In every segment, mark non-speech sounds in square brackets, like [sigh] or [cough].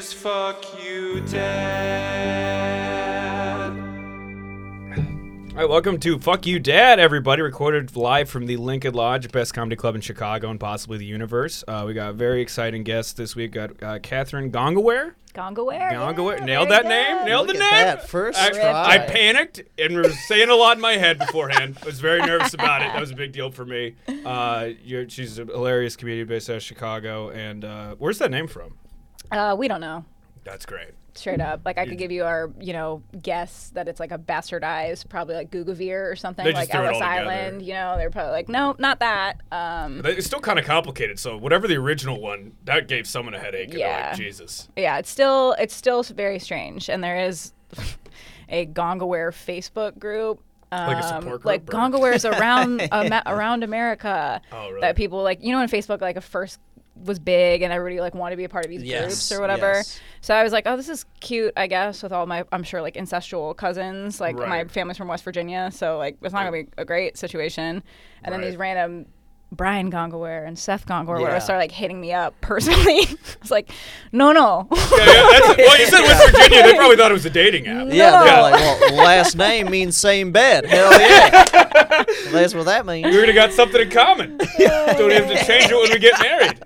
fuck you dad. All right, welcome to Fuck You Dad, everybody. Recorded live from the Lincoln Lodge, best comedy club in Chicago and possibly the universe. Uh, we got a very exciting guest this week. Got uh, Catherine Gongaware. Gongaware. Gongaware. yeah, Nailed very that name. good. Nailed Look the at name. that, first I, try. I panicked and was saying a lot in my head beforehand. I was very nervous about it. That was a big deal for me. Uh, you're, she's a hilarious comedian based out of Chicago. And uh, where's that name from? Uh, we don't know. That's great. Straight up, like I could give you our, you know, guess that it's like a bastardized, probably like Gugavir or something, They just like threw it Ellis all together. Island. You know, they're probably like, no, not that. Um, But It's still kind of complicated. So whatever the original one, that gave someone a headache. And they're Yeah. like, Jesus. yeah, it's still it's still very strange, and there is [laughs] a Gongaware Facebook group. Um, Like a support group like or- Gongawares around [laughs] ama- around America. Oh, really? That people like you know when Facebook like a first was big and everybody like wanted to be a part of these Yes, groups or whatever. yes. So I was like, oh, this is cute, I guess, with all my I'm sure like incestual cousins. Like my Right. family's from West Virginia, so like it's not gonna be a great situation. And then Right. these random Brian Gongaware and Seth Gongaware Yeah. started like hitting me up personally. [laughs] I was like, no, no. [laughs] Yeah, yeah, that's, well, you said West Virginia. They probably thought it was a dating app. Yeah, No. they're like, well, last name means same bed. Hell yeah. [laughs] Well, that's what that We means. would have got something in common. Don't have to change it when we get married.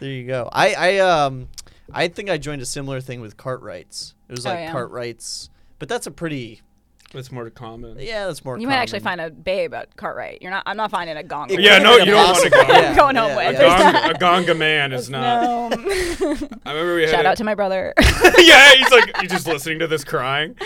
There you go. I, I um I think I joined a similar thing with Cartwrights. It was Oh, like yeah. Cartwrights, but that's a pretty That's more common. yeah, that's more. You might actually find a babe at Cartwright. You're not. I'm not finding a gong. Yeah, no, you don't want to go. I'm [laughs] going home with. A, gong, a gonga man is not. No. I remember we had [laughs] Shout a- [laughs] out to my brother. [laughs] yeah, he's like, you just listening to this crying.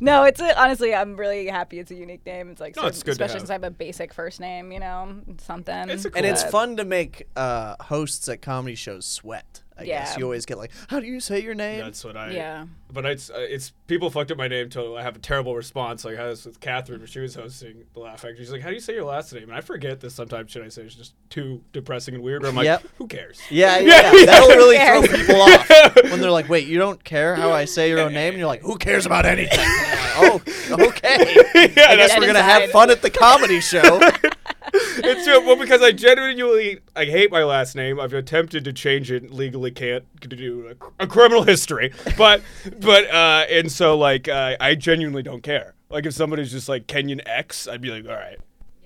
no, it's a, honestly, I'm really happy. It's a unique name. It's like, No, it's good to especially have. since I have a basic first name. You know, it's something. It's a cool- And it's But- fun to make uh, hosts at comedy shows sweat. I guess Yeah. you always get like, how do you say your name? That's what I. Yeah. But it's uh, it's people fucked up my name till I have a terrible response. Like I was with Catherine when she was hosting the Laugh Factory. She's like, "How do you say your last name?" And I forget this sometimes. Should I say it's just too depressing and weird? Or I'm like, Yep. "Who cares?" [laughs] yeah, Yeah, yeah, yeah. [laughs] That'll really Who throw cares? people off when they're like, wait, you don't care how I say your own name? And you're like, who cares about anything? oh, okay. [laughs] yeah, I guess Get we're gonna inside. have fun at the [laughs] comedy show. It's true. Well, because I genuinely I hate my last name. I've attempted to change it. Legally can't to do a, a criminal history. But but uh, and so like uh, I genuinely don't care. Like if somebody's just like Kenyon X, I'd be like, all right.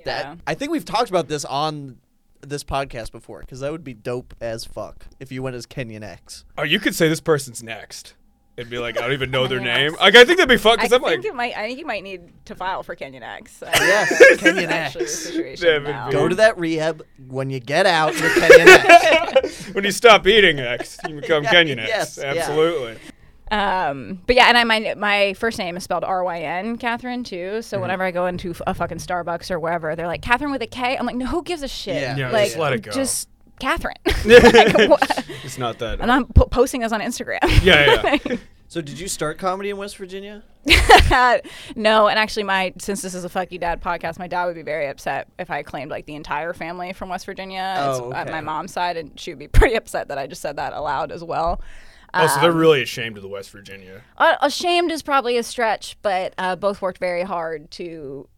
that Yeah. I think we've talked about this on this podcast before because that would be dope as fuck if you went as Kenyon X. Oh, you could say this person's next. It'd be like I don't even know their name. Like I think that'd be fun I because I'm think like it might. I think you might need to file for Kenyon X. [laughs] Yes, actually Kenyon the X. That situation would now. be- Go to that rehab when you get out. You're [laughs] Kenyon X. when you stop eating X, you become Yeah, Kenyon X. yes, yeah. Absolutely. Um, but yeah, and I my my first name is spelled R Y N, Catherine too. So Mm-hmm. whenever I go into f- a fucking Starbucks or wherever, they're like Catherine with a K. I'm like, no, who gives a shit? Yeah. Yeah, like, just let it go. Just [laughs] Catherine. [laughs] Like, what- It's not that. and I'm po- posting this on Instagram. [laughs] yeah, [laughs] yeah. So did you start comedy in West Virginia? no, and actually, my since this is a fuck you dad podcast, my dad would be very upset if I claimed like the entire family from West Virginia It's Oh, at okay. my mom's side, and she would be [laughs] pretty upset that I just said that aloud as well. Oh, so they're really ashamed of the West Virginia. Uh, ashamed is probably a stretch, but uh, both worked very hard to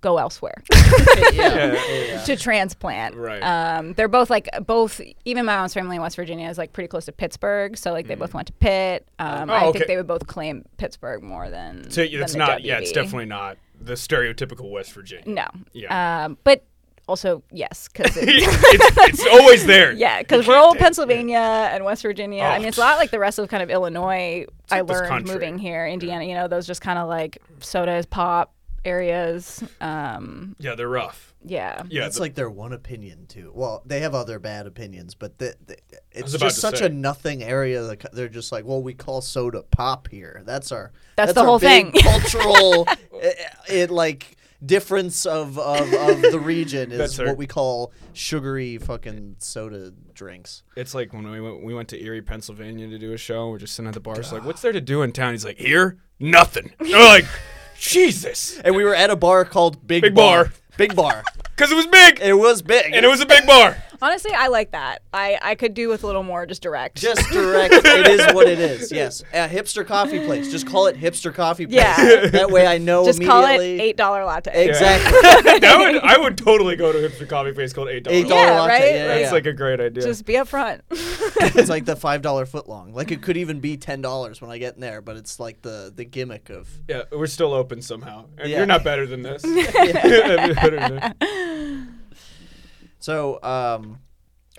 go elsewhere [laughs] to transplant. Right. Um, they're both like both. Even my mom's family in West Virginia is like pretty close to Pittsburgh, so like they both went to Pitt. Um, Mm. Oh, I okay. think they would both claim Pittsburgh more [laughs] than. So than it's the not. Yeah, it's WV. definitely not the stereotypical West Virginia. no. Yeah. Um, but also [laughs] yes, because it's, it's always [laughs] there. [laughs] yeah, because rural Pennsylvania and West Virginia. Oh. I mean, it's a lot like the rest of kind of Illinois. I like this learned country. moving here, Indiana. You know, those just kind of like sodas, pop areas. Um, Yeah, they're rough. yeah. Yeah, That's the- like their one opinion too. Well, they have other bad opinions, but the, the, it's about just to such say. a nothing area. that c- They're just like, well, we call soda pop here. That's our That's the our whole big thing. [laughs] cultural it, it like difference of, of, of the region [laughs] is That's our- what we call sugary fucking soda drinks. it's like when we went, we went to Erie, Pennsylvania to do a show. We're just sitting at the bar. It's like, what's there to do in town? He's like, here, nothing. And we're like, Jesus, And we were at a bar called Big, Big Bar. Big Bar. because it was big It was big. and it was a big bar. Honestly, I like that. I I could do with a little more just direct. [laughs] just direct. it is what it is. Yes, [laughs] a hipster coffee place. Just call it hipster coffee place. Yeah. that way I [laughs] know just call it immediately. eight dollar latte. Exactly. [laughs] [laughs] That would [laughs] I would totally go to a hipster coffee place called Eight Dollars. Eight Yeah, dollar latte. right? Yeah, That's yeah. like a great idea. Just be upfront. it's like the five dollar foot long. Like it could even be ten dollars when I get in there, but it's like the the gimmick of Yeah, we're still open somehow. And Yeah. You're not better than this. Better than this. so. um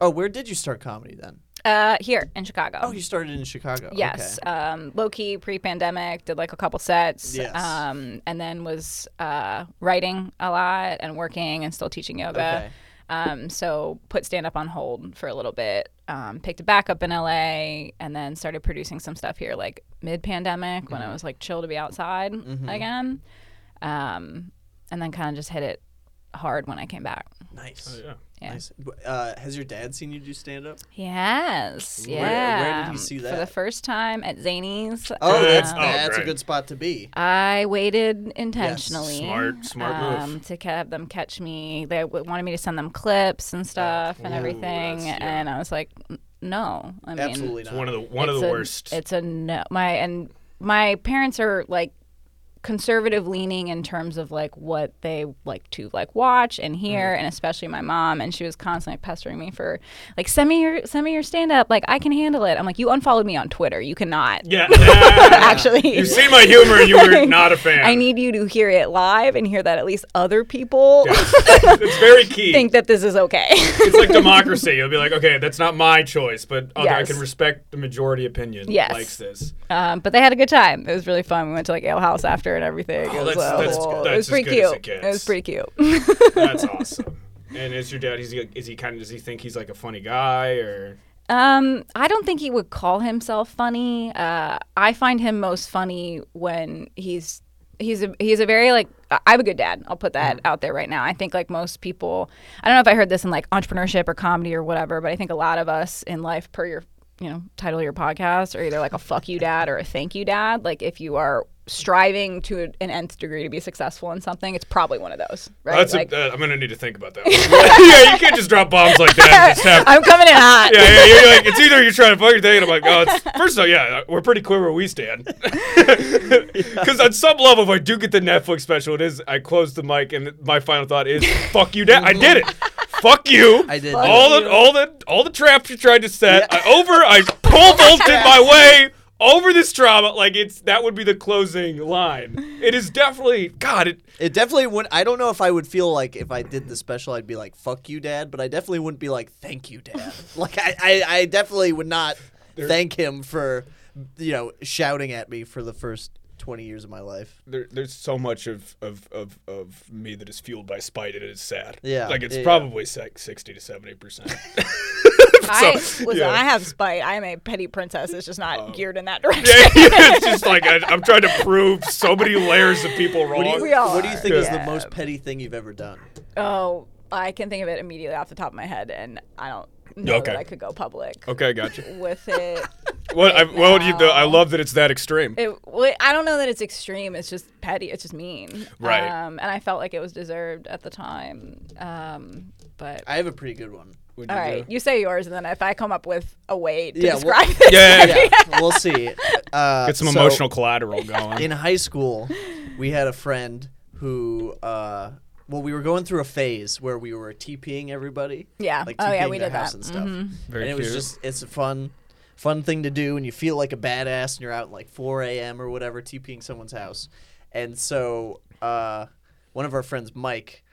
Oh, where did you start comedy then? Uh, here in Chicago. Oh, you started in Chicago. Yes. Okay. Um, low key pre pandemic, did like a couple sets. Yes. Um, and then was uh, writing a lot and working and still teaching yoga. Okay. Um, so put stand up on hold for a little bit. Um, picked it back up in LA and then started producing some stuff here like mid pandemic when it was like chill to be outside Mm-hmm. again. Um, and then kind of just hit it hard when I came back. Nice. Oh, Yeah. Yeah. Nice. W- Uh, has your dad seen you do stand up? Yes. Where- yeah. where did you see For the that? first time at Um, Zany's. Oh, that's Oh, that's a great. good spot to be. I waited intentionally. Smart- smart move. um, To have them catch me. They w- wanted me to send them clips and stuff and Ooh, everything. that's- yeah. And I was like, "N- no. I mean, Absolutely It's not. one of the one of it's the a- worst. It's a no. My and my parents are like conservative leaning in terms of like what they like to like watch and hear Mm-hmm. and especially my mom and she was constantly pestering me for like send me your send me your stand up like I can handle it. I'm like you unfollowed me on Twitter. You cannot. yeah. [laughs] Actually. You've seen my humor and you [laughs] were not a fan. I need you to hear it live and hear that at least other people it's very key. [laughs] think that this is okay. [laughs] it's like democracy. You'll be like, okay, that's not my choice, but other, I Yes. can respect the majority opinion Yes. likes this. um, but they had a good time. It was really fun. We went to like ale house after and everything. Oh, it that's- was, a that's- whole- it that's was as pretty good as it cute. It was gets. pretty cute. That's awesome. And is your dad? He's is he kind of does he think he's like a funny guy or? Um, I don't think he would call himself funny. Uh, I find him most funny when he's he's a he's a very like I- I'm a good dad. I'll put that Mm. out there right now. I think like most people, I don't know if I heard this in like entrepreneurship or comedy or whatever, but I think a lot of us in life, per your you know title of your podcast, are either like a fuck you dad or a thank you dad. Like if you are striving to an nth degree to be successful in something, it's probably one of those, right? That's [laughs] like, a, uh, I'm gonna need to think about [laughs] that. One. yeah, you can't just drop bombs like that. And just have, I'm coming in hot. yeah, yeah, you're like it's either you're trying to fuck your thing, and I'm like, oh, it's, first of all, yeah, we're pretty clear where we stand. [laughs] Because on some level, if I do get the Netflix special, it is I closed the mic and my final thought is, fuck you, dad. I did it. Fuck you. I did Fuck all you. the all the all the traps you tried to set. I over. I [laughs] pole vaulted my way over this trauma. Like it's that would be the closing line. It is definitely God. It It definitely would. I don't know if I would feel like if I did the special, I'd be like, "Fuck you, Dad," but I definitely wouldn't be like, "Thank you, Dad." like I, I, I definitely would not thank him for, you know, shouting at me for the first twenty years of my life. there, there's so much of, of, of, of me that is fueled by spite and it is sad. Yeah, Like it's yeah, yeah. probably like 60 to 70%. I So, listen. yeah. Oh. I have spite. I am a petty princess. It's just not geared in that [laughs] direction. [laughs] Yeah, it's just like I, I'm trying to prove so many layers of people What do wrong. you, We all what do you are. think is the Oh, Yeah. most petty thing you've ever done? Oh, I can think of it immediately off the top of my head, and I don't know Okay. that I could go public okay, gotcha. [laughs] with it. What I, what would you do? I love that it's that extreme. it. well, I don't know that it's extreme. It's just petty. It's just mean. Right. Um, and I felt like it was deserved at the time. Um, but I have a pretty good one. Would all you right, do? you say yours, and then if I come up with a way to Yeah, well- describe [laughs] this, Yeah, yeah, yeah. Yeah, we'll see. Uh, Get some so- emotional collateral [laughs] going. in high school, we had a friend who, uh, well, we were going through a phase where we were TPing everybody. Yeah. Like TPing Oh, yeah, we their did house that. Mm-hmm. and stuff. Very and it was cute. just, it's a fun, fun thing to do, and you feel like a badass, and you're out at like 4 a.m. or whatever, TPing someone's house. And so, uh, one of our friends, Mike,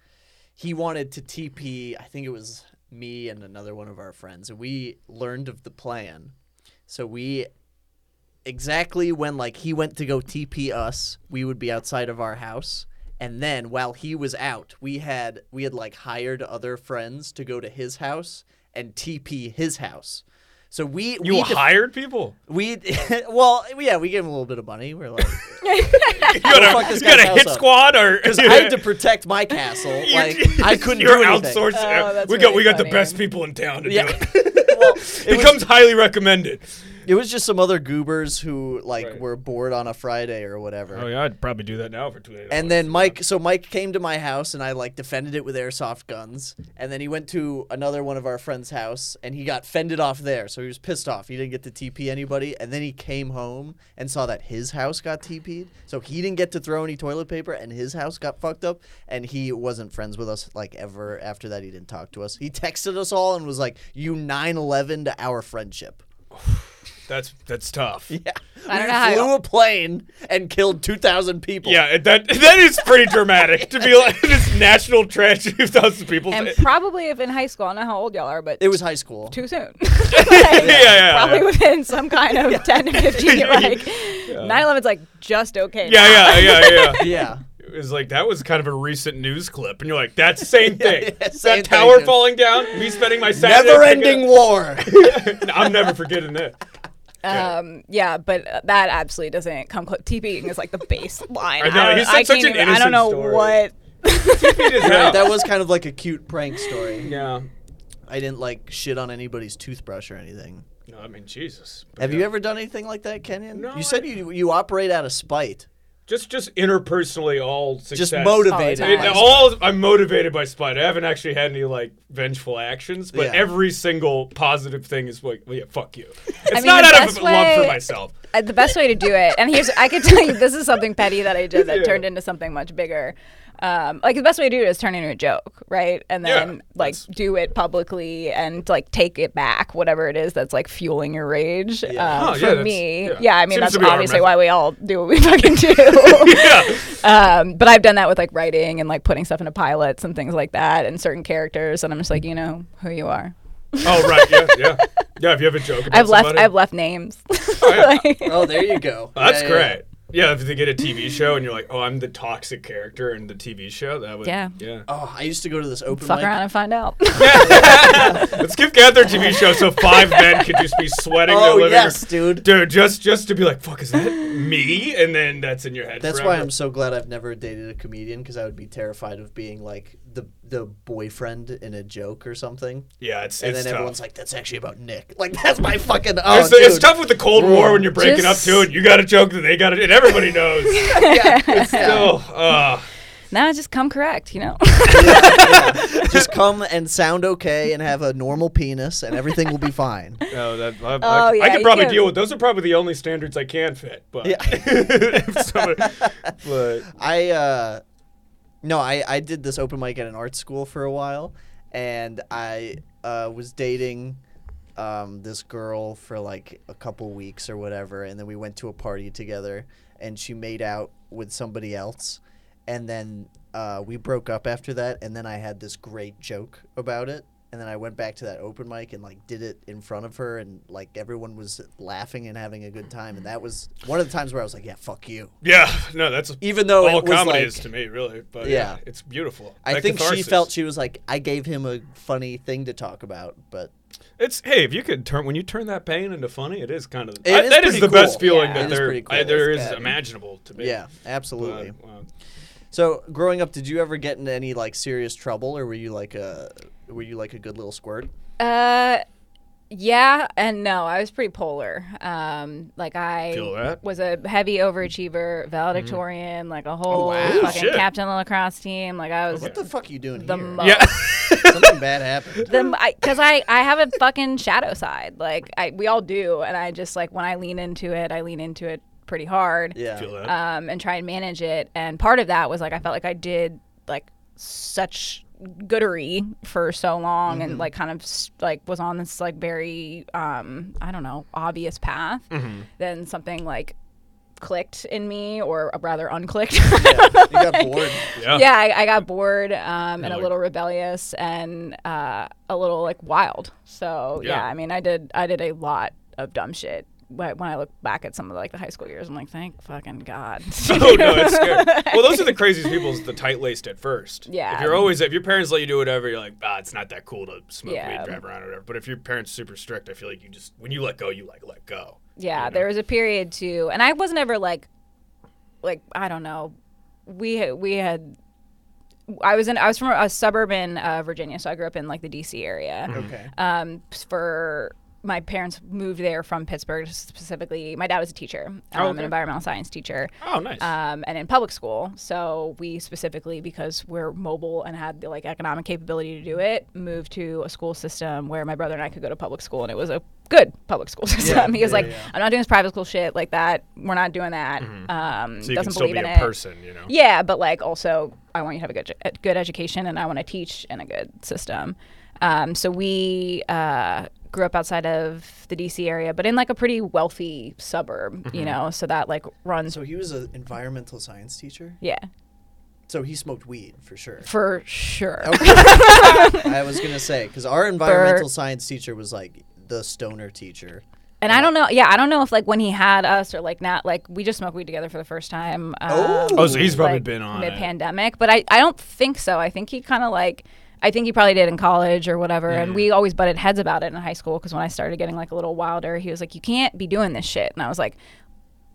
he wanted to TP, I think it was me and another one of our friends, and we learned of the plan. So we exactly when like he went to go TP us, we would be outside of our house. And then while he was out, we had we had like hired other friends to go to his house and TP his house. So we you we def- hired people. we [laughs] well yeah we gave him a little bit of money. We [laughs] are like You got fuck a, this you got a guy's hit house up. squad or [laughs] because I had to protect my castle. You- Like I couldn't You're do anything. outsourced. Oh, that's we got really we got the [laughs] funny. best people in town to [laughs] Yeah. do it. [laughs] well, it was- Becomes highly recommended. It was just some other goobers who like Right. were bored on a Friday or whatever. Oh yeah, I'd probably do that now for two days. And then Mike, so Mike came to my house and I like defended it with airsoft guns. And then he went to another one of our friends' house and he got fended off there. So he was pissed off. He didn't get to TP anybody. And then he came home and saw that his house got TP'd. So he didn't get to throw any toilet paper and his house got fucked up. And he wasn't friends with us like ever after that. He didn't talk to us. He texted us all and was like, You 9 11 to our friendship. that's that's tough. Yeah, I don't we know how- flew a plane and killed 2,000 people. and that [laughs] that is pretty dramatic to be like [laughs] this national tragedy of thousands of people. and yeah, probably if in high school, I don't know how old y'all are, but It was high school. [laughs] too soon. [laughs] yeah, Like, yeah. probably yeah. within some kind of 10 [laughs] to 15. Like 9 11's like just okay. now. Yeah, yeah, yeah, [laughs] yeah. yeah. It was like that was kind of a recent news clip, and you're like, that's the same thing. [laughs] yeah, same that tower thing. falling down, me spending my Saturday Never-ending war. [laughs] I'm never forgetting [laughs] that. Um, yeah, but uh, that absolutely doesn't come close. TPing is like the baseline. I, know, don't, he's I such- such can't an even- I don't innocent know story. what. It is Right, now. that was kind of like a cute prank story. yeah. I didn't like shit on anybody's toothbrush or anything. No, I mean Jesus. But Have yeah. you ever done anything like that, Kenyon? No, you said I- you you operate out of spite. just just interpersonally all success? Just motivated. All the time. by It- all I'm motivated by spite. I haven't actually had any like vengeful actions, but Yeah. every single positive thing is like, well, yeah, fuck [laughs] you. It's mean, not the out of best love for way- myself. Uh, the best way to do it, and here's I could tell you this is something petty that I did that Yeah. turned into something much bigger. Um, like the best way to do it is turn it into a joke, right? And then Yeah, like that's- do it publicly and like take it back, whatever it is that's like fueling your rage. Um, Oh, yeah, for that's- me, yeah. yeah, I mean Seems to that's be our obviously method. why we all do what we [laughs] fucking do. [laughs] Yeah, um, but I've done that with like writing and like putting stuff into pilots and things like that, and certain characters, and I'm just like, you know who you are. Oh right, yeah, yeah, yeah. If you have a joke, about I've left somebody. Oh, I've left names. [laughs] Like- Oh, there you go. [laughs] That's Yeah, yeah, yeah. great. Yeah. if they get a TV show and you're like, oh, I'm the toxic character in the TV show, that would Yeah. yeah. [laughs] Oh, I used to go to this open Fuck mic. around and find out. Let's give Gad their TV show so five men could just be sweating their Oh living yes, dude. Dude, just just to be like, fuck, is that me? And then that's in your head. That's why forever. I'm so glad I've never dated a comedian because I would be terrified of being like the the boyfriend in a joke or something. Yeah, it's And it's then tough. everyone's like, "That's actually about Nick." Like that's my fucking. Oh, it's, it's dude. tough with the Cold War when you're breaking Just- up too, and you got a joke that they got it, and everybody [laughs] knows. [laughs] It's still, uh, now just come correct, you know. [laughs] Just come and sound okay and have a normal penis, and everything will be fine. no, that, I, Oh, I, yeah, I could you probably can- deal with. Those are probably the only standards I can fit. But, Yeah. [laughs] if somebody- [laughs] but I uh no, I I did this open mic at an art school for a while and I uh was dating um this girl for like a couple weeks or whatever and then we went to a party together and she made out with somebody else and then uh we broke up after that and then I had this great joke about it and then I went back to that open mic and like did it in front of her and like everyone was laughing and having a good time and that was one of the times where I was like yeah fuck you yeah, no, that's even though all it was comedy like, is to me, really. But yeah, Yeah. it's beautiful. I That think she catharsis. felt she was like, I gave him a funny thing to talk about, but It's hey, if you could turn when you turn that pain into funny, it is kind of It I- is that is pretty the best cool. feeling Yeah. that It is there pretty cool. I- there It's is good. imaginable to me. yeah, But, absolutely. Uh, wow. so, growing up, did you ever get into any like serious trouble, or were you like a were you like a good little squirt? Uh, yeah and no. I was pretty polar. Um, like I Feel that? was a heavy overachiever, valedictorian, like a whole wow. fucking Oh, Shit. captain of the lacrosse team. Like I was What the fuck are you doing the here? most. Yeah. [laughs] Something bad happened. [laughs] the I because I, I have a fucking shadow side like I we all do and I just like when I lean into it I lean into it pretty hard Yeah. Feel that. um, and try and manage it. And part of that was like I felt like I did like such goodery for so long Mm-hmm. and like kind of s- like was on this like very um I don't know obvious path. Mm-hmm. Then something like clicked in me or uh, rather unclicked. [laughs] You got bored. yeah. yeah, I, I got bored um, and a like- little rebellious and uh, a little like wild. So yeah. Yeah. I mean, I did I did a lot of dumb shit. Wh- When I look back at some of like the high school years, I'm like, thank [laughs] fucking god. [laughs] [laughs] oh no, it's scary. Well, those are the craziest people. Is the tight laced at first. Yeah. If you're always if your parents let you do whatever, you're like, ah, it's not that cool to smoke Yeah. weed, drive around, or whatever. But if your parents are super strict, I feel like you just when you let go, you like let go. yeah, there was a period too, and I wasn't ever like, like I don't know, we ha- we had. I was in. I was Mm-hmm. from a suburban uh, Virginia, so I grew up in like the D.C. area. Okay. um, for my parents moved there from Pittsburgh specifically. My dad was a teacher, um, Oh, an okay. environmental science teacher, Oh, nice. um, and in public school. So we specifically, because we're mobile and had the like economic capability to do it, moved to a school system where my brother and I could go to public school, and it was a good public school [laughs] system. he was yeah, like, yeah. "I'm not doing this private school shit like that. We're not doing that." Um, Mm-hmm. so you doesn't can still believe be a in it. person, you know. Yeah, but like also, I want you to have a good ju- a good education, and I want to teach in a good system. Um, so we uh, grew up outside of the DC area, but in like a pretty wealthy suburb, Mm-hmm. you know. So that like runs, So he was an environmental science teacher. yeah, So he smoked weed for sure. [laughs] for sure. I was gonna say because our environmental For- science teacher was like the stoner teacher. And I don't know, yeah, I don't know if like when he had us or like not, like we just smoked weed together for the first time. um, Oh. Oh, so he's probably like, been on [laughs] mid it. pandemic, but I, I don't think so. I think he kind of like I think he probably did in college or whatever. And Mm. we always butted heads about it in high school because when I started getting like a little wilder, he was like, "You can't be doing this shit," and I was like,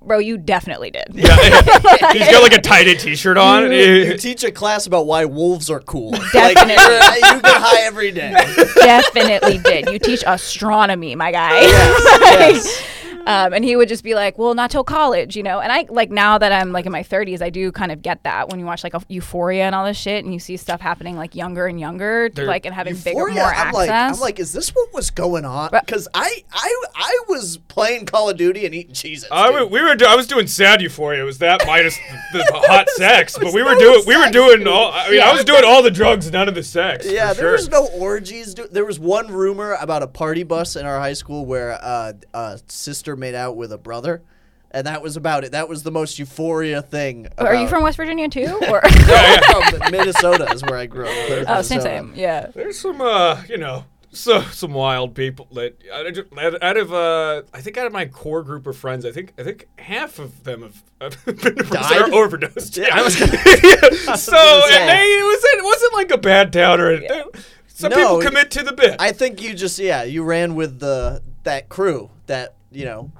"Bro, you definitely did." [laughs] He's got like a tie-dye T-shirt on. You teach a class about why wolves are cool. [laughs] Definitely. Like, you're- you get high [laughs] every day. definitely did. You teach astronomy, my guy. Oh, [laughs] Yes. Um, and he would just be like, "Well, not till college," you know. And I like now that I'm like in my 30s, I do kind of get that when you watch like Euphoria and all this shit, and you see stuff happening like younger and younger, like and having bigger, Euphoria, more I'm access. like, I'm like, is this what was going on? But- Because I, I, I was playing Call of Duty and eating cheeses. I dude. wa- we were do- I was doing sad euphoria. It was that minus the, the [laughs] hot sex, but we were doing we were doing all. I mean, I was doing all the drugs, none of the sex. Yeah, for there sure. was no orgies. dude. There was one rumor about a party bus in our high school where uh, a sister made out with a brother, and that was about it. That was the most euphoria thing. Are you about- from West Virginia [laughs] too? Or I'm from Minnesota is where I grew [laughs] up. oh, same, Minnesota. same. Yeah. There's some uh, you know, so some wild people that out of, ju- out of uh, I think out of my core group of friends, I think I think half of them have, have [laughs] been Died? overdosed. Yeah, [laughs] I was gonna- [laughs] Yeah, so say. and they it was it wasn't like a bad town or anything. Some No, people it- commit to the bit. I think you just yeah, you ran with the that crew that you know.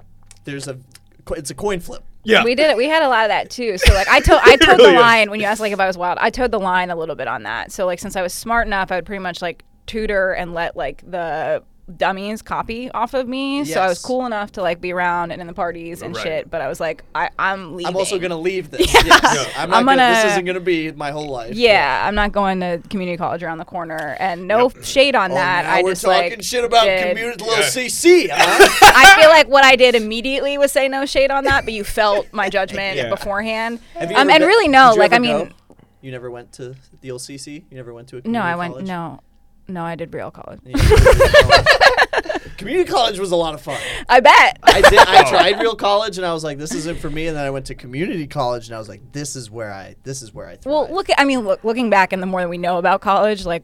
There's a it's a coin flip. yeah, We did it. We had a lot of that too. So like I told [laughs] I told really the is. line when you asked like if I was wild, I toed the line a little bit on that. So like since I was smart enough, I would pretty much like tutor and let like the dummies copy off of me. So I was Yes. cool enough to like be around and in the parties and Right. shit. But I was like, I, I'm leaving. I'm also gonna leave [laughs] this. Yes. I'm, not I'm gonna, This gonna- isn't gonna be my whole life. Yeah, I'm not going to community college around the corner, and no shade on that. now I Oh, we're just talking like shit about did- community little Yeah. [laughs] CC. Huh? [laughs] I feel like what I [laughs] did immediately was say no shade on that, but you felt [laughs] my judgment Yeah. beforehand. Have you Um, ever and been- really, no, did you like ever I mean, go? you never went to the old CC. You never went to a no, community I went college? no, no, I did real college. You didn't go to the college. Oh, [laughs] community college was a lot of fun. [laughs] I bet. I did. I tried real college, and I was like, "This isn't for me." And then I went to community college, and I was like, "This is where I. This is where I." [laughs] Thrive. well, look, I mean, look, looking back, and the more that we know about college, like.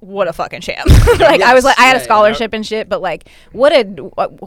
What a fucking sham! [laughs] like I was Yes, like I had yeah, a yeah. scholarship and shit, but like what a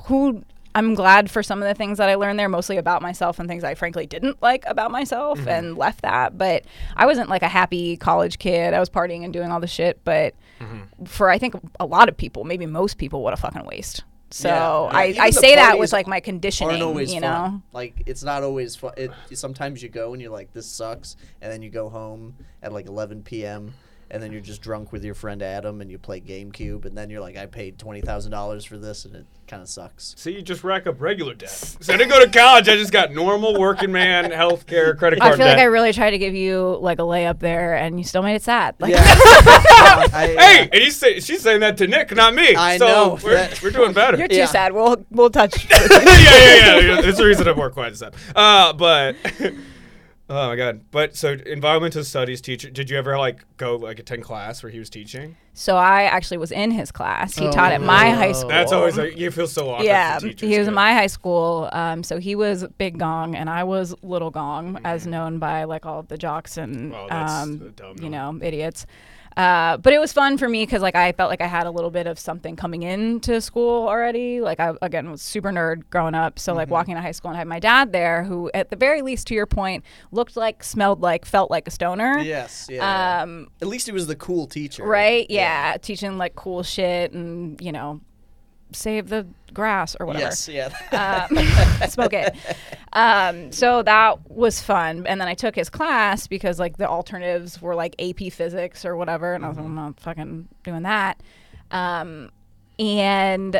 who I'm glad for some of the things that I learned there, mostly about myself and things I frankly didn't like about myself Mm-hmm. and left that. But I wasn't like a happy college kid. I was partying and doing all the shit, but Mm-hmm. for I think a lot of people, maybe most people, what a fucking waste. So Yeah. Yeah, I, even I the say that parties with like my aren't conditioning, always you know. fun. Like it's not always fun. It, sometimes you go and you're like, "This sucks," and then you go home at like 11 p.m. and then you're just drunk with your friend Adam and you play GameCube, and then you're like, "I paid twenty thousand dollars for this," and it kind of sucks. See, you just rack up regular debt. So I didn't go to college. I just got normal working [laughs] man healthcare credit card I feel debt. like I really tried to give you like a layup there, and you still made it sad. Like, Yeah. [laughs] I- Hey, and he's say, she's saying that to Nick, not me. I so know. We're, [laughs] That- we're doing better. you're yeah, too Yeah. sad. We'll we'll touch. [laughs] yeah, yeah, yeah. There's a reason I'm more quiet as that. Uh, but [laughs] oh my god. But so environmental studies teacher. Did you ever like go like attend class where he was teaching? so I actually was in his class. He Oh, taught at my no. high school. That's always like you feel so awkward. yeah. for teachers, He was too. in my high school. Um, so he was Big Gong, and I was Little Gong, as known by like all of the jocks and Oh, Mm-hmm. that's um, dumb, you know idiots. Uh, but it was fun for me because like I felt like I had a little bit of something coming into school already. Like I again was super nerd growing up, so Mm-hmm. like walking to high school and I had my dad there, who at the very least, to your point, looked like, smelled like, felt like a stoner. uh, Yes. Yeah. Um, At least he was the cool teacher. right? Yeah. teaching like cool shit and you know, save the grass or whatever. Yes. Yeah. Um, [laughs] smoke it. Um, so that was fun, and then I took his class because like the alternatives were like AP Physics or whatever, and [laughs] I was like, I'm not fucking doing that. Um, and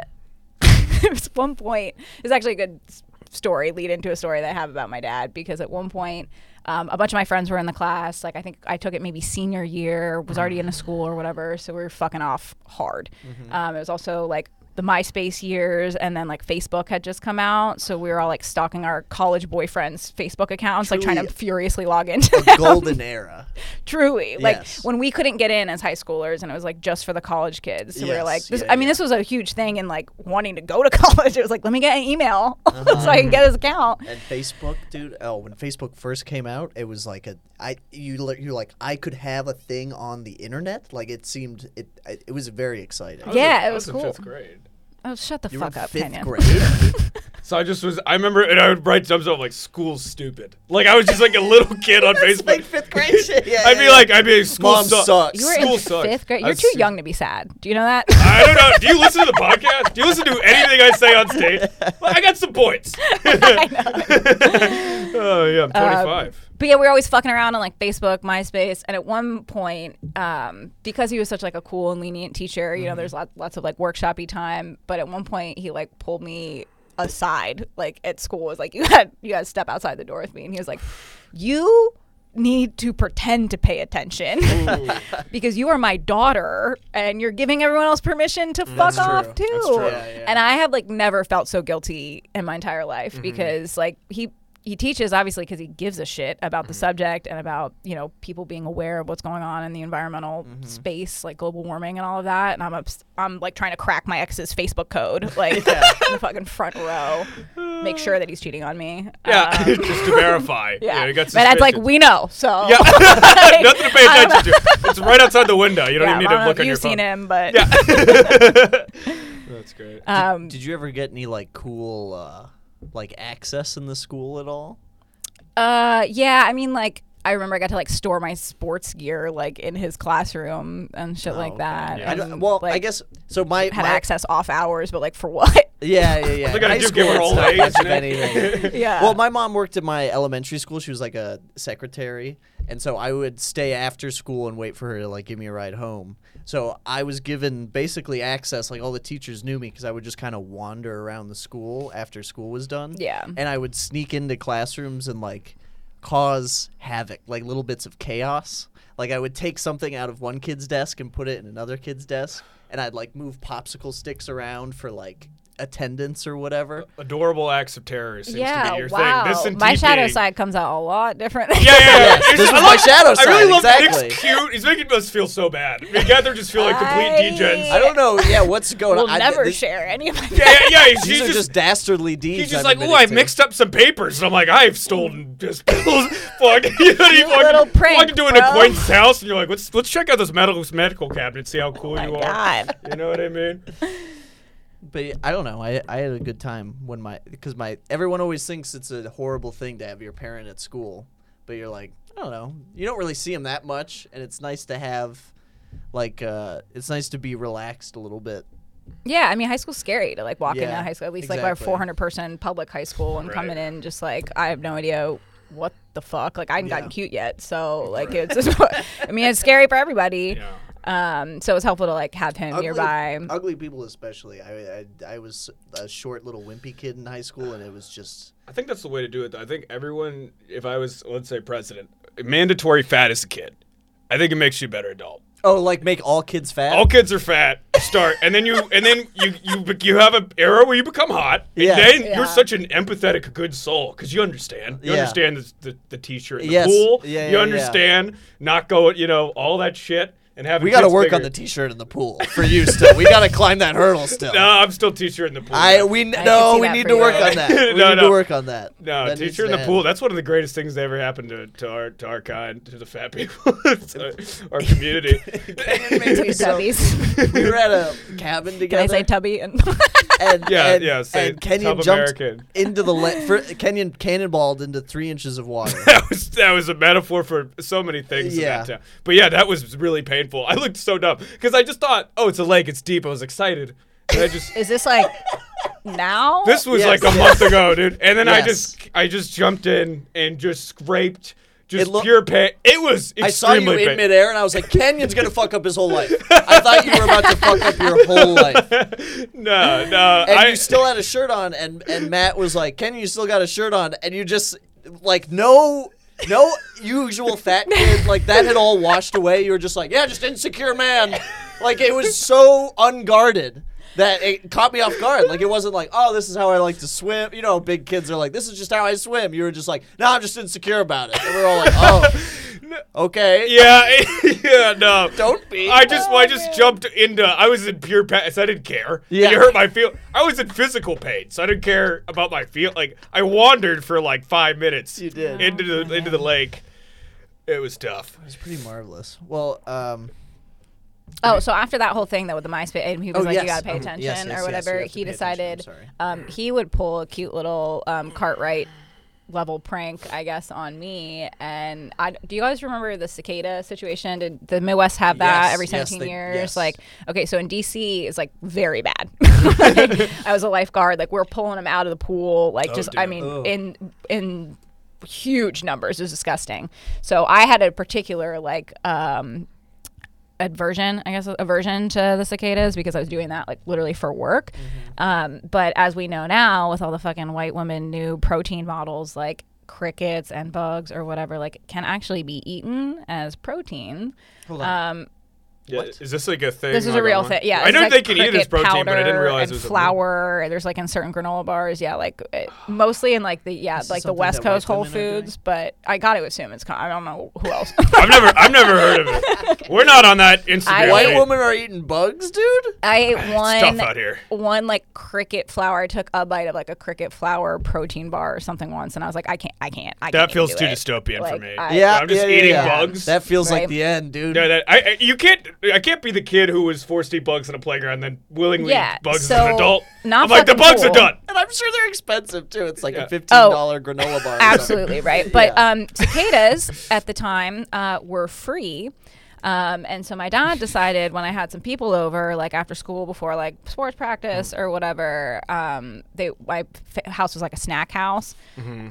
there was one point. It's actually a good s- story lead into a story that I have about my dad because at one point, um, a bunch of my friends were in the class. Like I think I took it maybe senior year, was already in a school or whatever. So we were fucking off hard. Mm-hmm. Um, it was also like the MySpace years, and then like Facebook had just come out, so we were all like stalking our college boyfriends' Facebook accounts, like trying Truly to furiously log into A [laughs] golden era. truly eh, like Yes. when we couldn't get in as high schoolers and it was like just for the college kids so we were Yes, like this, yeah, i mean yeah. this was a huge thing in like wanting to go to [laughs] college it was like let me get an email [laughs] so Uh-huh. i can get his account And Facebook, dude. Oh, when Facebook first came out, it was like a I you li- you like I could have a thing on the internet. Like it seemed it it it was very exciting. was- Yeah, it I was in cool. Fifth grade. oh shut the You were in fuck up fifth Kenyon. [laughs] grade. So I just was. I remember, and I would write something like "school stupid." Like I was just like a [laughs] little kid on Facebook. like fifth [laughs] grade shit. Yeah, I'd yeah, be yeah. like, I'd be like, school Mom sucks. sucks. you were School in sucks. fifth grade I you're was too su- young to be sad do you know that I don't know. Do you listen [laughs] to the podcast? Do you listen to anything I say on stage? Well, I got some points. [laughs] oh Um, yeah, I'm 25. but yeah, we were always fucking around on like Facebook, MySpace, and at one point, um, because he was such like a cool and lenient teacher, you know, there's lots, lots of like workshopy time. But at one point, he like pulled me aside, like at school, was like, "You got you got to step outside the door with me," and he was like, "You." Need to pretend to pay attention [laughs] because you are my daughter and you're giving everyone else permission to fuck That's off too. true. That's true. Yeah, Mm-hmm. yeah. And I have like never felt so guilty in my entire life because like he he teaches obviously because he gives a shit about Mm-hmm. the subject and about you know people being aware of what's going on in the environmental Mm-hmm. space like global warming and all of that. And I'm ups- I'm like trying to crack my ex's Facebook [laughs] code like in the fucking front row, make sure that he's cheating on me. yeah, [laughs] Um, just to verify. [laughs] yeah. you got My dad's like, suspicious. we know. [laughs] So Yeah. [laughs] Like, nothing to pay I don't know. attention to. [laughs] It's right outside the window. You don't Yeah, even need I don't to know look if on your phone. you've seen him, but Yeah. That's great. um, Did you ever get any like cool uh like access in the school at all? [laughs] Uh, yeah. I mean, like, I remember I got to like store my sports gear like in his classroom and shit like okay. that. Oh, Yeah. I don't- and, well, I Um, like, guess so. My had my- access off hours, but like for what? [laughs] Yeah, yeah, yeah. Look at High her, just school give her and old stuff, age, that's if Nick. anything. yeah. Well, my mom worked at my elementary school. She was like a secretary, and so I would stay after school and wait for her to like give me a ride home. So I was given basically access. Like all the teachers knew me because I would just kind of wander around the school after school was done. Yeah. and I would sneak into classrooms and like cause havoc, like little bits of chaos. Like I would take something out of one kid's desk and put it in another kid's desk, and I'd like move popsicle sticks around for like attendance or whatever. Adorable acts of terror seems to yeah. be your wow. thing. This and my TP. shadow side comes out a lot different. Yeah, yeah, yeah. It's- this I is love- my shadow I really side, love exactly. Nick's cute. He's making us feel so bad. We gather just feel like complete I- [laughs] degens. I don't know. Yeah, what's going [laughs] We'll on? I, never this- share any of my. Yeah, [laughs] yeah, yeah. He's, These he's are just, just. dastardly deeds. He's just I'm like, oh, admitting I've to." mixed up some papers. And I'm like, I've stolen just [laughs] pills. Fuck. [laughs] You know, you walk, little prank, walk into an bro. acquaintance house and you're like, let's let's check out this medical medical cabinet, see how cool Oh my you God. are. You know what I [laughs] mean? But I don't know. I, I had a good time when my because my everyone always thinks it's a horrible thing to have your parent at school, but you're like, I don't know. You don't really see him that much, and it's nice to have, like, uh, it's nice to be relaxed a little bit. Yeah, I mean, high school's scary to like walk into Yeah, a high school, at least like exactly. a 400 person public high school, and Right. coming in just like I have no idea what the fuck. Like I hadn't gotten Yeah. cute yet, so like it's. Just, [laughs] I mean, it's scary for everybody. Yeah. Um, so it was helpful to like have him nearby. ugly people especially. I, I I was a short little wimpy kid in high school, and it was just I think that's the way to do it. though. I think everyone, if I was, let's say, president, mandatory fat as a kid. I think it makes you a better adult. oh, like make all kids fat. All kids are fat. Start, and then you, and then you, you, be- you have an era where you become hot. And Yeah. Then Yeah. you're such an empathetic, good soul because you understand. You Yeah. understand the, the, the teacher in the Yes. pool. Yeah, you yeah, yeah. understand not going, you know, all that shit and having. We got to kids work bigger. on the t-shirt in the pool for you still. we got to climb that hurdle [laughs] still. No, I'm still teacher in the pool. I we can no see we that need for to you. work [laughs] on that. We No, need to no. work on that. no, That needs teacher in to the pool. [laughs] happen. That's one of the greatest things that ever happened to, to our to our kind, to the fat people, [laughs] to our [laughs] community. Made me [laughs] so- Tubbies. we were at a cabin Can I together. say tubby? [laughs] And and, Yeah, and, yeah, say and Kenyon tub jumped American. into the le- for, Kenyon cannonballed into three inches of [laughs] water. that was that was a metaphor for so many things Yeah. in that town. But yeah, that was really painful. I looked so dumb because I just thought, oh, it's a lake, it's deep. I was excited, and I [laughs] just is this [laughs] like now? this was Yes, like a yes. month ago, dude. And then I Yes. just I just jumped in and just scraped. Just It looked- pure pain. It was extremely I saw you in pain. midair, and I was like, Kenyon's gonna fuck up his whole life. I thought you were about to fuck up your [laughs] whole life, and No, no. I, you still had a shirt on. And and Matt was like, Kenyon, you still got a shirt on, and you just like no. No [laughs] usual fat kid like that had all washed away. You were just like, yeah, just insecure man. Like it was so unguarded that it caught me off guard. Like it wasn't like, oh, this is how I like to swim. You know, big kids are like, this is just how I swim. You were just like, no, I'm just insecure about it. And we [laughs] we're all like, oh, okay. [laughs] yeah, [laughs] yeah, no. Don't be. I just, Oh, I just jumped into. I was in pure pain, so I didn't care. Yeah. you hurt my feel. I was in physical pain, so I didn't care about my feel. Like I wandered for like five minutes. You did. into the into the lake. It was tough. It's pretty marvelous. Well, um, Oh, so after that whole thing though with the MySpace, and he was Oh, like, yes. "You gotta Oh, pay yes, attention" yes, yes, or you whatever. have to he pay attention. I'm decided sorry. um, he would pull a cute little um, Cartwright level prank, I guess, on me. And I, do you guys remember the cicada situation? Did the Midwest have that Yes, every yes, seventeen they- years? yes. Like, okay, so in DC, it's like very bad. [laughs] Like, I was a lifeguard. Like, we're pulling them out of the pool. Like, just I damn. mean, Ugh. in in huge numbers. It was disgusting. So I had a particular like um aversion, I guess, aversion to the cicadas because I was doing that like literally for work. Um, but as we know now, with all the fucking white women new protein models, like crickets and bugs or whatever, like can actually be eaten as protein. hold Uh, on. Yeah, What? Is this like a thing? This is like, a real online? thing. Yeah, I it's know like they can eat it as cricket protein, but I didn't powder realize and it was a thing. flour. and There's like in certain granola bars. Yeah, like [sighs] it, mostly in like the yeah is like the something West that white Coast Whole women are doing? Foods. But I got to assume it's. Con- I don't know [laughs] who else. [laughs] I've never, I've never heard of [laughs] it. We're not on that Instagram. I- White page. women are eating bugs, dude. I ate one. It's tough out here. one like cricket flour. I took a bite of like a cricket flour protein bar or something once, and I was like, I can't, I can't. I That can't feels do too it. dystopian for Like, me. I- Yeah, I'm just yeah, yeah, eating yeah. bugs. That feels like Right. the end, dude. No, that I, I you can't I can't be the kid who was forced to eat bugs in a playground and then willingly Yeah, eat bugs as an so adult. not I'm like the fucking bugs are cool. done. and I'm sure they're expensive too. It's like Yeah. a fifteen Oh, dollar granola bar. or Absolutely right. But Yeah. um, cicadas at the time uh, were free. Um, and so my dad decided when I had some people over, like after school, before like sports practice or whatever, um, they my f- house was like a snack house,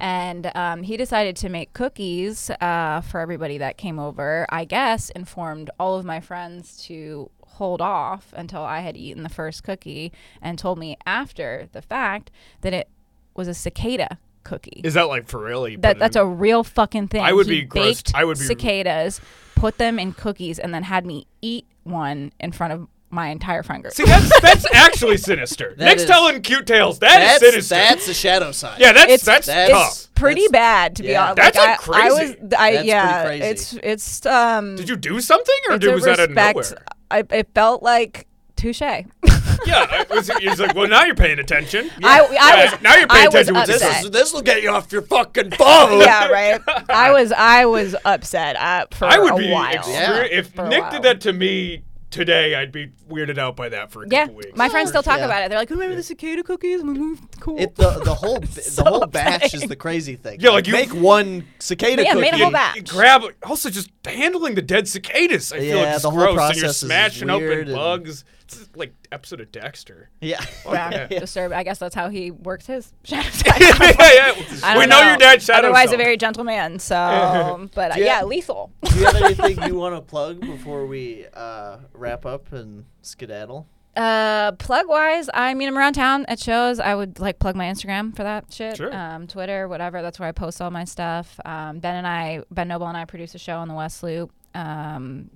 and um, he decided to make cookies uh, for everybody that came over. I guess informed all of my friends to hold off until I had eaten the first cookie, and told me after the fact that it was a cicada cookie. Is that like for real? You put That it that's in- a real fucking thing. I would He be grossed- baked I would be- cicadas, put them in cookies, and then had me eat one in front of my entire friend group. See that's that's actually sinister. [laughs] That Next is- telling cute tales, that's that is sinister. that's a shadow side. yeah, that's It's- that's, that's- tough. it's pretty bad to be yeah. honest. That's, like, like, I, I was crazy. I That's yeah. pretty It's crazy. it's um. Did you do something or it's did, a was that out of respect. nowhere? I, it felt like touche. [laughs] yeah, I- was it, it's like well now you're paying attention. [laughs] I, I Yeah, was now you're paying I was attention with This upset. is this will get you off your fucking phone. yeah, [laughs] right. I was I was upset uh, for I would a be while. extre- Yeah. if For a Nick while. did that to me today, I'd be weirded out by that for a Yeah, couple weeks. my friends still talk Yeah. about it. They're like, "Remember the cicada cookies?" I'm like, "Mm, cool. It, the the whole [laughs] b- the whole batch is the crazy thing. Yeah, like you- make one cicada Yeah, cookie. made a whole batch. You grab also just handling the dead cicadas. I feel Yeah, like it's the whole gross, and you're process is smashing weird open and- bugs. It's like episode of [laughs] Dexter. [laughs] Yeah. Oh, yeah, Yeah. disturbed. I guess that's how he works his [laughs] shadow yeah, side. yeah. I We don't know, your dad shadow. Otherwise, a self. very gentle man. So, but uh, Do you- yeah, lethal. Do you have anything you want to plug before we uh, wrap up and skedaddle? Uh, plug wise, I mean, I'm around town at shows. I would like plug my Instagram for that shit. Sure. Um, Twitter, whatever. That's where I post all my stuff. Um, Ben and I, Ben Noble and I produce a show on the West Loop. Um,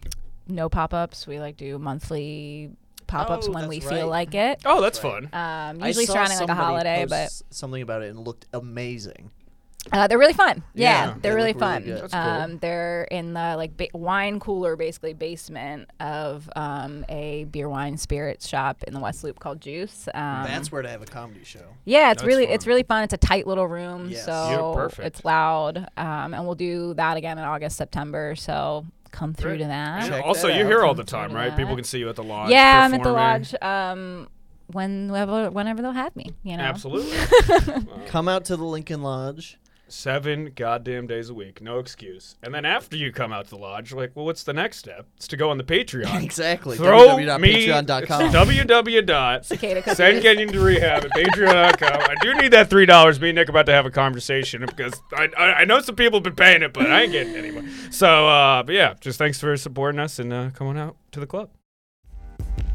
no pop ups. We like do monthly pop ups Oh, when that's we right. feel like it. oh, that's fun. Um, I usually saw surrounding like a somebody holiday, post but something about it and looked amazing. Uh, they're really fun. Yeah, Yeah, they they're really look really fun. good. That's cool. um, They're in the like ba- wine cooler, basically basement of um, a beer, wine, spirits shop in the West Loop called Juice. Um, That's where to have a comedy show. yeah, it's That's really fun. it's really fun. It's a tight little room, Yes. so You're perfect. it's loud. Um, and we'll do that again in August, September. So come through Great. to that. And check also, that you're out. here all the Come through time, to right? that. People can see you at the lodge. Yeah, I'm at the performing. lodge. Um, whenever whenever they'll have me, you know. Absolutely. Come out to the Lincoln Lodge. Seven goddamn days a week, no excuse. And then after you come out to the lodge, you're like, well, what's the next step? It's to go on the Patreon. [laughs] Exactly. Throw me www.patreon.com. Cicada [laughs] www. cookies. Send Kenyon to rehab at patreon.com. I do need that three dollars. Me and Nick about to have a conversation because I, I I know some people have been paying it, but I ain't getting any money. So uh, but yeah, just thanks for supporting us and uh, coming out to the club.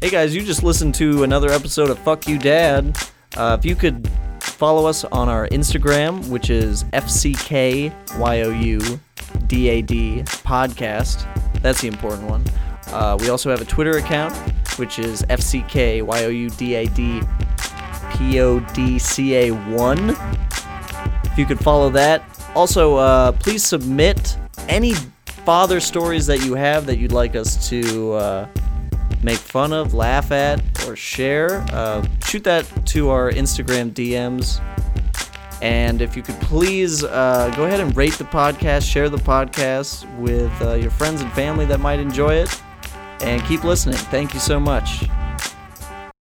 Hey guys, you just listened to another episode of Fuck You Dad. Uh, if you could follow us on our Instagram, which is FCKYOUDAD podcast. That's the important one. Uh, we also have a Twitter account, which is FCKYOUDAD PODCA1 if you could follow that. Also, uh, please submit any father stories that you have that you'd like us to uh, make fun of, laugh at, or share. Uh, shoot that to our Instagram DMs. And if you could please uh, go ahead and rate the podcast, share the podcast with uh, your friends and family that might enjoy it, and keep listening. Thank you so much.